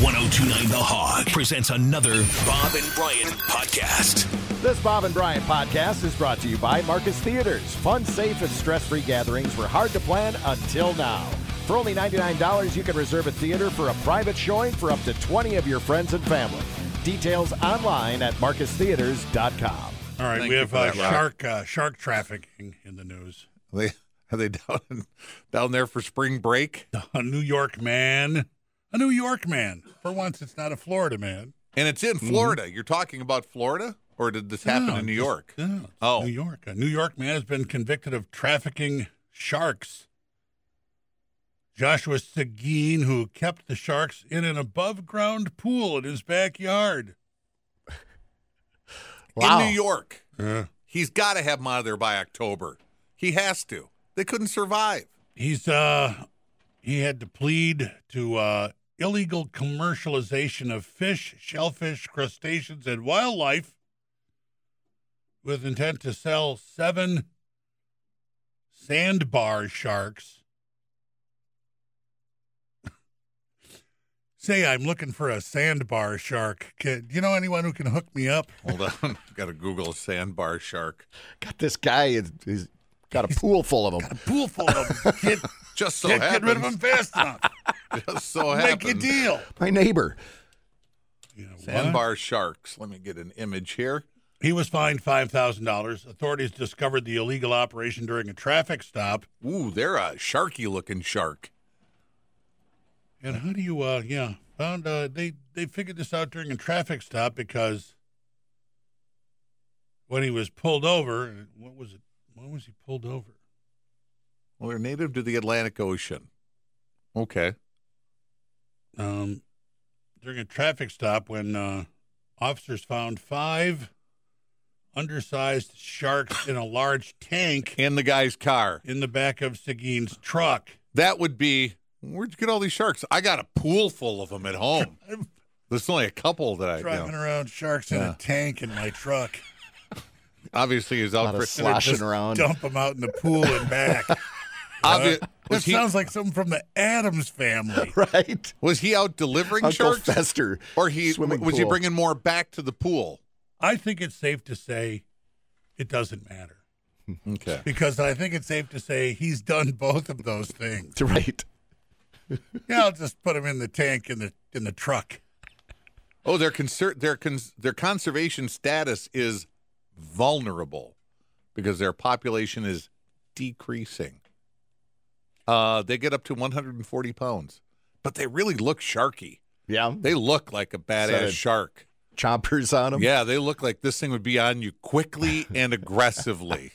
1029 The Hog presents another Bob and Brian podcast. This Bob and Brian podcast is brought to you by Marcus Theaters. Fun, safe, and stress free gatherings were hard to plan until now. For only $99, you can reserve a theater for a private showing for up to 20 of your friends and family. Details online at marcustheaters.com. All right, Thank we you have for uh, that, Rob. shark uh, shark trafficking in the news. Are they are they down down there for spring break? A New York man, a New York man. For once, it's not a Florida man. And it's in Florida. You're talking about Florida, or did this happen Mm-hmm. No, in New just- York? no, it's Oh. New York. A New York man has been convicted of trafficking sharks. Joshua Seguin, who kept the sharks in an above-ground pool in his backyard. In New York, Yeah. he's got to have them out of there by October. He has to. They couldn't survive. He's uh he had to plead to uh illegal commercialization of fish, shellfish, crustaceans, and wildlife with intent to sell seven sandbar sharks. Say I'm looking for a sandbar shark. Can, do you know anyone who can hook me up? Hold on, I've got to Google sandbar shark Got this guy, he's- he's got a pool full of them. Pool full of them. Get, Just so get, get rid of them happens- fast enough. Just so Make a happens. deal. My neighbor. You know, what? Sandbar sharks. Let me get an image here. He was fined five thousand dollars. Authorities discovered the illegal operation during a traffic stop. Ooh, they're a sharky-looking shark. And how do you? Uh, yeah, found uh, they they figured this out during a traffic stop because when he was pulled over, what was it? When was he pulled over? Well, they're native to the Atlantic Ocean. Okay. Um, during a traffic stop, when uh, officers found five undersized sharks in a large tank In the guy's car. in the back of Seguin's truck. that would be where'd you get all these sharks? I got a pool full of them at home. There's only a couple that I you driving know, around sharks in a tank in my truck. obviously is lot out of for. slop. sloshing Just around. Dump them out in the pool and back. Obvi- that was, he, sounds like something from the Adams family. Right? was he out delivering Uncle sharks, Fester. or he swimming was he pool. bringing more back to the pool? I think it's safe to say it doesn't matter Okay, because I think it's safe to say he's done both of those things. Right. Yeah, I'll just put him in the tank in the in the truck. Oh, their conser- their cons- their conservation status is vulnerable because their population is decreasing. Uh, they get up to 140 pounds, but they really look sharky. Yeah. They look like a badass did- shark. Chompers on them. Yeah, they look like this thing would be on you quickly and aggressively.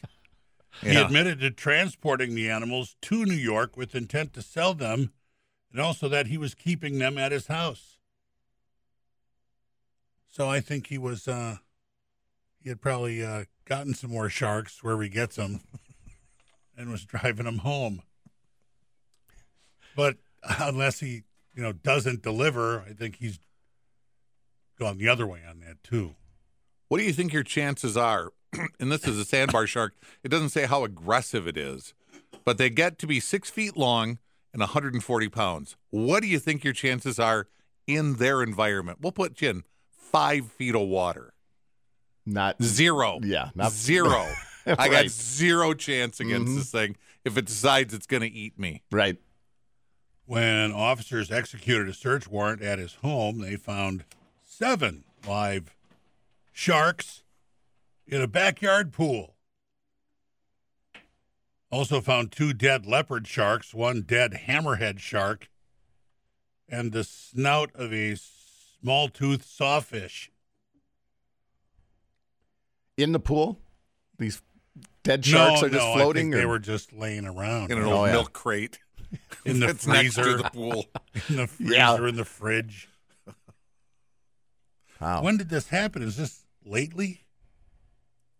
He Yeah. admitted to transporting the animals to New York with intent to sell them, and also that he was keeping them at his house. So I think he was, uh, he had probably uh, gotten some more sharks wherever he gets them and was driving them home. But unless he, you know, doesn't deliver, I think he's gone the other way on that too. What do you think your chances are? and this is a sandbar shark. It doesn't say how aggressive it is, but they get to be six feet long and 140 pounds. What do you think your chances are in their environment? We'll put you in five feet of water. Not Zero. Yeah, not- zero. I got Right. Mm-hmm. zero chance against this thing if it decides it's going to eat me. right. When officers executed a search warrant at his home, they found seven live sharks in a backyard pool. Also found two dead leopard sharks, one dead hammerhead shark, and the snout of a small toothed sawfish. In the pool? These dead sharks no, are just no, floating? I think or? they were just laying around In an Oh, old yeah. milk crate. in the It's next to freezer, the pool. in the freezer, Yeah. in the fridge. Wow. When did this happen? Is this lately?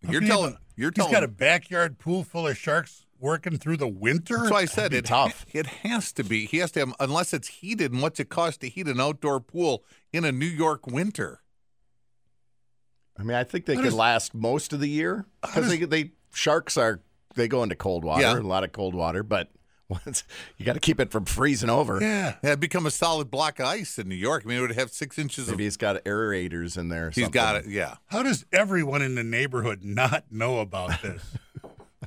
How You're can you telling. have a- You're he's telling. got a backyard pool full of sharks working through the winter. That's why I said be it. tough. It has to be. He has to have, unless it's heated. And what's it cost to heat an outdoor pool in a New York winter? I mean, I think they How could does- last most of the year because does- they, they sharks are they go into cold water, Yeah. a lot of cold water, but Once- you got to keep it from freezing over. Yeah. That'd become a solid block of ice in New York. I mean, it would have six inches Maybe of. he's got aerators in there. or He's got it. something. Yeah. How does everyone in the neighborhood not know about this?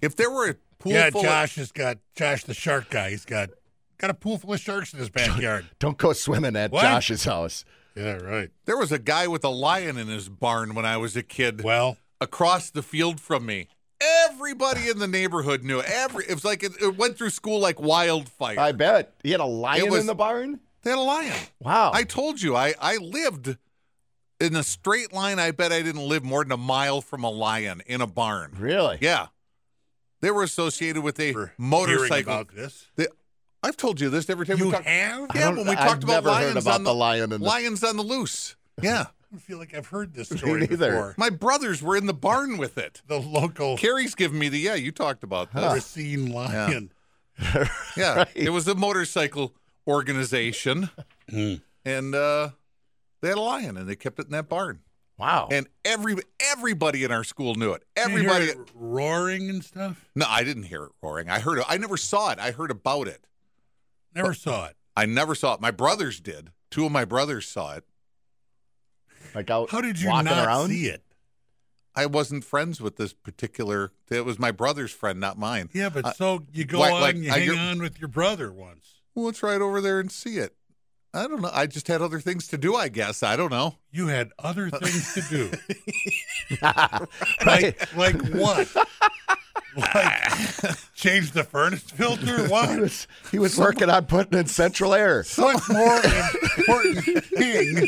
If there were a pool yeah, full Josh has got Josh the shark guy. He's got got a pool full of sharks in his backyard. Don't go swimming at What? Josh's house. yeah, right. of, there was a guy with a lion in his barn when I was a kid Well, across the field from me. Everybody in the neighborhood knew. Every it was like it, it went through school like wildfire. I bet he had a lion was- in the barn. they had a lion. Wow. I told you, I, I lived in a straight line. I bet I didn't live more than a mile from a lion in a barn. really? Yeah. They were associated with a for hearing motorcycle. about this. They- I've told you this every time You we talked. have? I Yeah, don't- when we I've talked about never heard lions about on the, the lion and the- lions on the loose. Yeah. I feel like I've heard this story neither. before. My brothers were in the barn with it. The local Carrie's giving me the yeah, you talked about this. Racine lion. Yeah. It was a motorcycle organization. and uh, they had a lion and they kept it in that barn. Wow. and every everybody in our school knew it. You hear Everybody. it roaring and stuff. No, I didn't hear it roaring. I heard it. I never saw it. I heard about it. Never Oh. saw it. I never saw it. My brothers did. Two of my brothers saw it. like out How did you walking not around? see it? I wasn't friends with this particular. It was my brother's friend, not mine. Yeah, but Uh, so you go like- on, like, you I hang hear- on with your brother once. Well, let's ride over there and see it. I don't know. I just had other things to do. I guess I don't know. You had other things to do. Right. Like, like what? like change the furnace filter? he What? was, he was working on putting in central air. What more important thing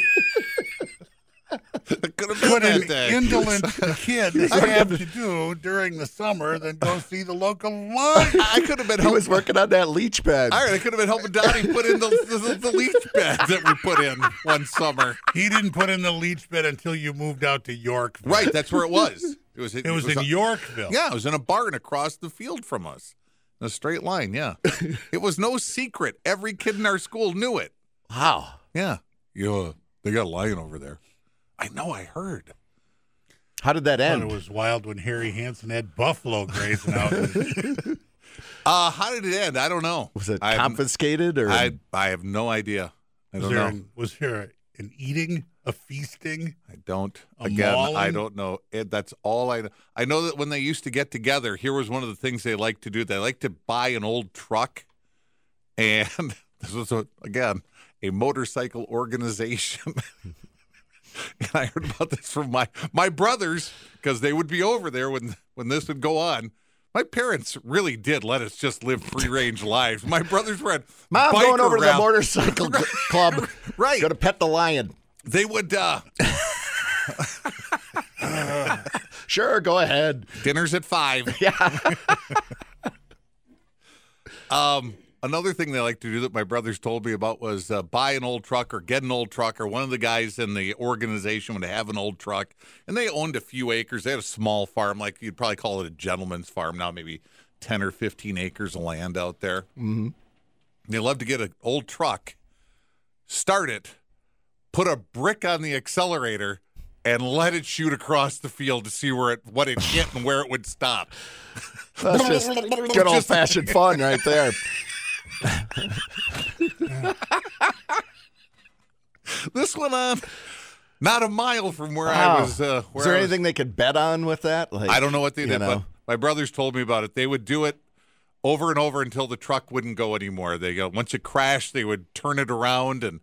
Could have would that an day. indolent kid have to do during the summer than go see the local lion? I could have been He helping. was working on that leach bed. All right, I could have been helping Donnie put in the, the, the leach bed that we put in one summer. He didn't put in the leach bed until you moved out to Yorkville. Right, that's where it was. It was. It was in Yorkville. Yeah, it was in a barn across the field from us. In a straight line, yeah. it was no secret. Every kid in our school knew it. Wow. Yeah. Yeah, they got a lion over there. I know, I heard. How did that Thought it end? was wild when Harry Hansen had buffalo grazing out. Uh, how did it end? I don't know. was it I have- confiscated or I, I have no idea. I Was don't there, know. an, was there an eating, a feasting? I don't. a Again, I mauling? don't know. It, that's all I know. I know that when they used to get together, here was one of the things they liked to do. They liked to buy an old truck. And this was, a, again, a motorcycle organization. and I heard about this from my, my brothers because they would be over there when, when this would go on. My parents really did let us just live free range lives. My brothers were at Mom biker going over to the rally- motorcycle cl- club? Right. Go to pet the lion. They would uh, Sure, go ahead. Dinner's at five. Yeah. um, another thing they like to do that my brothers told me about was uh, buy an old truck or get an old truck, or one of the guys in the organization would have an old truck, and they owned a few acres. They had a small farm, like you'd probably call it a gentleman's farm now, maybe ten or fifteen acres of land out there. Mm-hmm. They love to get an old truck, start it, put a brick on the accelerator. And let it shoot across the field to see where it what it hit and where it would stop. That's just good old fashioned fun right there. this one on not a mile from where I Wow. was. Uh, where Is there I was- anything they could bet on with that? Like, I don't know what they you did, know. but my brothers told me about it. They would do it over and over until the truck wouldn't go anymore. They go once it crashed, they would turn it around and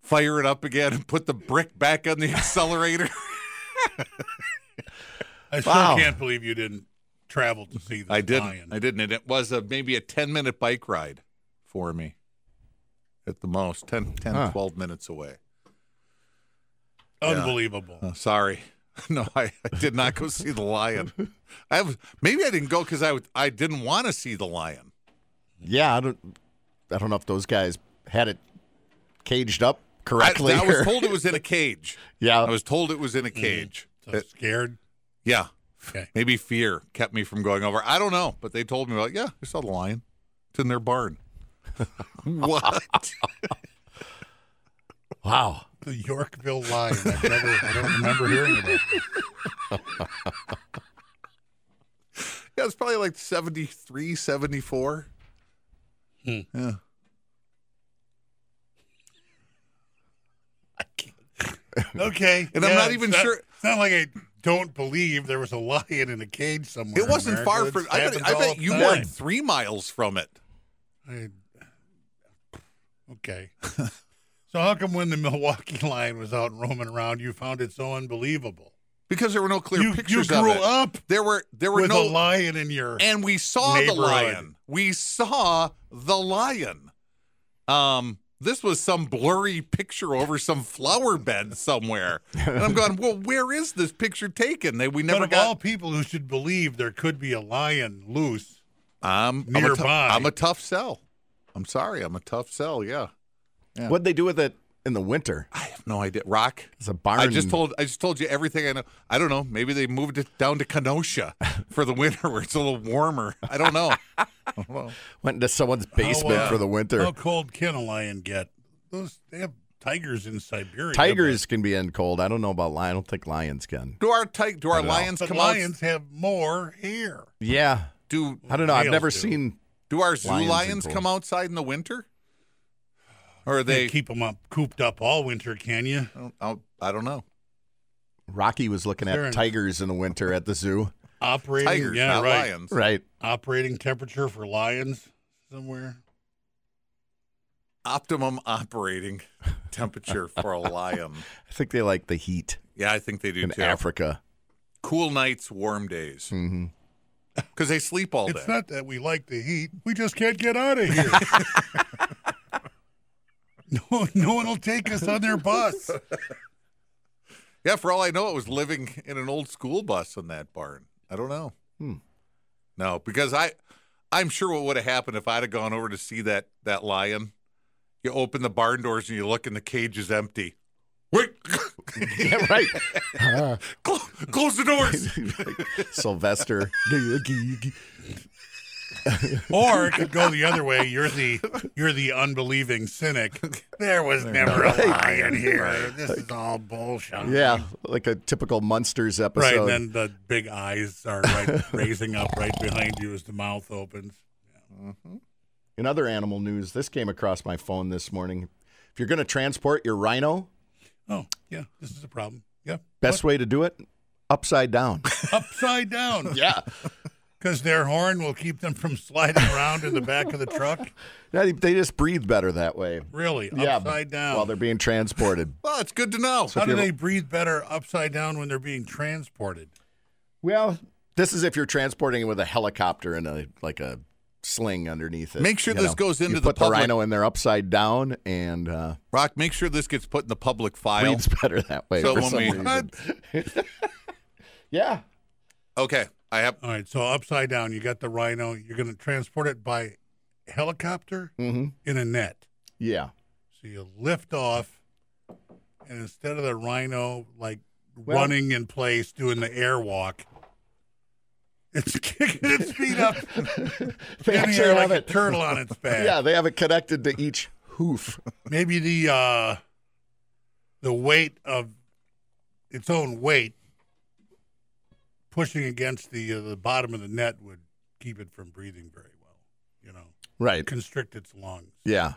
fire it up again and put the brick back on the accelerator. I still Wow. can't believe you didn't travel to see this I didn't. lion. I didn't. And it was a, maybe a 10 minute bike ride for me at the most 10, 10 Huh. 12 minutes away. Unbelievable. Oh, sorry. No, I, I did not go see the lion. I was maybe I didn't go because I was, I didn't want to see the lion. Yeah, I don't. I don't know if those guys had it caged up I, correctly. I was or- told it was in a cage. yeah, I was told it was in a cage. So It- scared. yeah, Okay. maybe fear kept me from going over. I don't know, but they told me like, yeah, I saw the lion. It's in their barn. what? wow. The Yorkville lion. I've never, I don't remember hearing about it. Yeah, it's probably like 73, 74. Yeah. Okay. And I'm not even it's not- sure- It's not like I don't believe there was a lion in a cage somewhere. It in wasn't far America. from. This I bet, happens I all bet the you time. weren't three miles from it. I- okay. so how come when the Milwaukee lion was out roaming around, you found it so unbelievable? because there were no clear You- you pictures grew of it. up There were there were With no a lion in your and we saw the neighborhood. lion. We saw the lion. Um this was some blurry picture over some flower bed somewhere. And I'm going, "Well, where is this picture taken? They we but never of got all people who should believe there could be a lion loose, I'm I'm a, tou- nearby. I'm a tough sell. I'm sorry, I'm a tough sell, yeah. What'd they do with it in the winter? I have no idea. Rock. It's a barn. I just told I just told you everything I know. I don't know. Maybe they moved it down to Kenosha for the winter where it's a little warmer. I don't know. I don't know. went into someone's Oh, basement uh, for the winter. how cold can a lion get? Those they have tigers in Siberia. Tigers can be in cold. I don't know about lion. I don't think lions can. Do our tig- do our lions but, but come out? lions have more hair. Yeah. Do I don't know. I've Males never do. seen. do our zoo Lions in lions, cold. come outside in the winter? Or are They, they? keep them up, cooped up all winter. Can you? I don't- I'll- I don't know. Rocky was looking Fair at enough. tigers in the winter at the zoo. Operating, Tigers, yeah, not right. lions. Right. Operating temperature for lions somewhere. Optimum operating temperature for a lion. I think they like the heat Yeah, I think they do in too. Africa. Cool nights, warm days, hmm because they sleep all day. It's not that we like the heat; we just can't get out of here. no, no one will take us on their bus. yeah, for all I know, it was living in an old school bus in that barn. I don't know. Hmm. No, because I, I'm sure what would have happened if I'd have gone over to see that that lion. You open the barn doors and you look, and the cage is empty. Wait, Yeah, right. close, close the doors. Like Sylvester. Or it could go the other way. You're the you're the unbelieving cynic. There was never a lion here. This is all bullshit. yeah, like a typical Munsters Right, episode. and then the big eyes are right, raising up right behind you as the mouth opens. In other animal news, this came across my phone this morning. If you're going to transport your rhino, Oh, yeah, this is a problem. Yeah, best way to do it, upside down. upside down yeah. because their horn will keep them from sliding around in the back of the truck. They they just breathe better that way. Really, Yeah, upside down. While they're being transported. Well, it's good to know. How if do you they have breathe better upside down when they're being transported? Well, this is if you're transporting it with a helicopter and a like a sling underneath it. Make sure you this goes into you the put public- the rhino in there upside down and uh, Rock, make sure this gets put in the public file. breathes better that way So for when some we- reason. yeah. Okay, I have. All right, so upside down, you got the rhino. You're going to transport it by helicopter hmm in a net. Yeah. So you lift off, and instead of the rhino like Well- running in place doing the airwalk, it's kicking its feet up in They the actually air like have a it. turtle on its back. Yeah, they have it connected to each hoof. Maybe the uh, the weight of its own weight pushing against the uh, the bottom of the net would keep it from breathing very well. You know, Right. constrict its lungs, Yeah.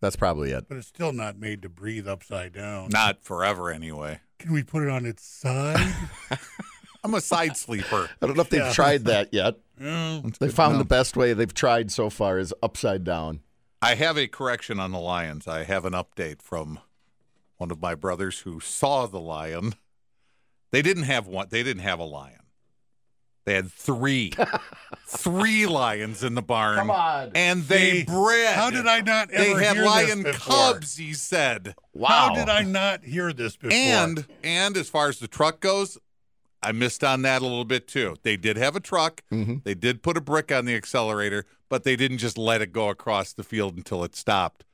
That's probably it. but it's still not made to breathe upside down. Not forever, anyway. Can we put it on its side? I'm a side sleeper. I don't know if they've Yeah. tried that yet. Yeah. They found the best way they've tried so far is upside down. I have a correction on the Lions. I have an update from one of my brothers who saw the lion. They didn't have one. They didn't have a lion. They had three, three lions in the barn. Come on. And they See, bred. How did I not ever They had hear lion this before? cubs. He said. How did I not hear this before? And and as far as the truck goes, I missed on that a little bit too. They did have a truck. Mhm. They did put a brick on the accelerator, but they didn't just let it go across the field until it stopped.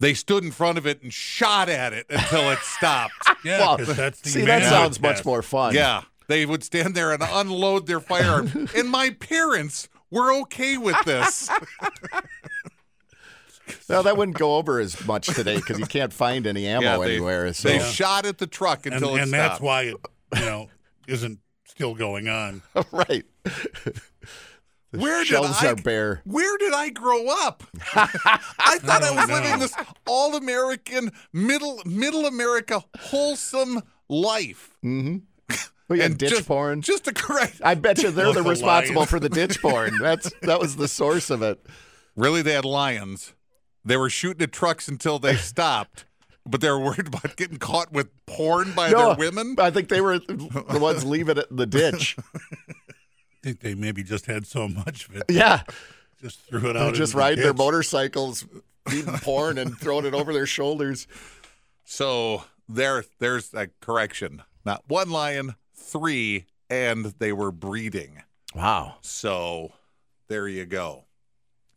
They stood in front of it and shot at it until it stopped. yeah, Well, 'cause that's the See, that humanity sounds much test. more fun. yeah. They would stand there and unload their firearm. and my parents were okay with this. No, that wouldn't go over as much today because you can't find any ammo Yeah, they, anywhere. So they shot at the truck and, until it and stopped. that's why it, you know, isn't still going on. right. Where shelves did I, are bare. Where did I grow up? I thought I was Oh, no. living this all American, middle middle America, wholesome life. We had And ditch just, porn. Just to correct. I bet you they're the Local responsible lion. for the ditch porn. That's that was the source of it. Really, they had lions. They were shooting at trucks until they stopped, but they were worried about getting caught with porn by their women. I think they were the ones leaving it in the ditch. I think they maybe just had so much of it, Yeah, just threw it they out. just into the ride their ditch. motorcycles, feeding porn and throwing it over their shoulders. So there, there's a correction. Not one lion, three, and they were breeding. Wow. So there you go.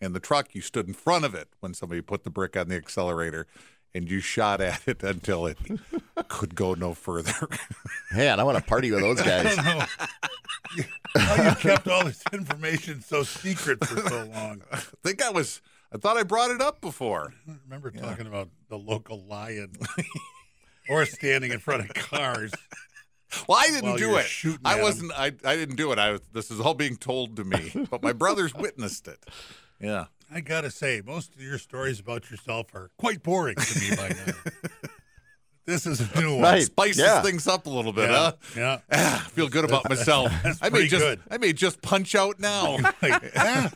And the truck, you stood in front of it when somebody put the brick on the accelerator and you shot at it until it could go no further. Man, I want to party with those guys. I don't know. How you kept all this information so secret for so long? I think I was, I thought I brought it up before. I remember talking about the local lion or standing in front of cars. Well, I didn't While do you're it. shooting at I 'em. wasn't, I, I didn't do it. I was, this is all being told to me, but my brothers witnessed it. Yeah. I gotta say, most of your stories about yourself are quite boring to me by now. this is a new one. Right. Spices yeah. things up a little bit, Yeah. huh? yeah. Ah, I feel good about myself. I may pretty just good. I may just punch out now. Like, ah,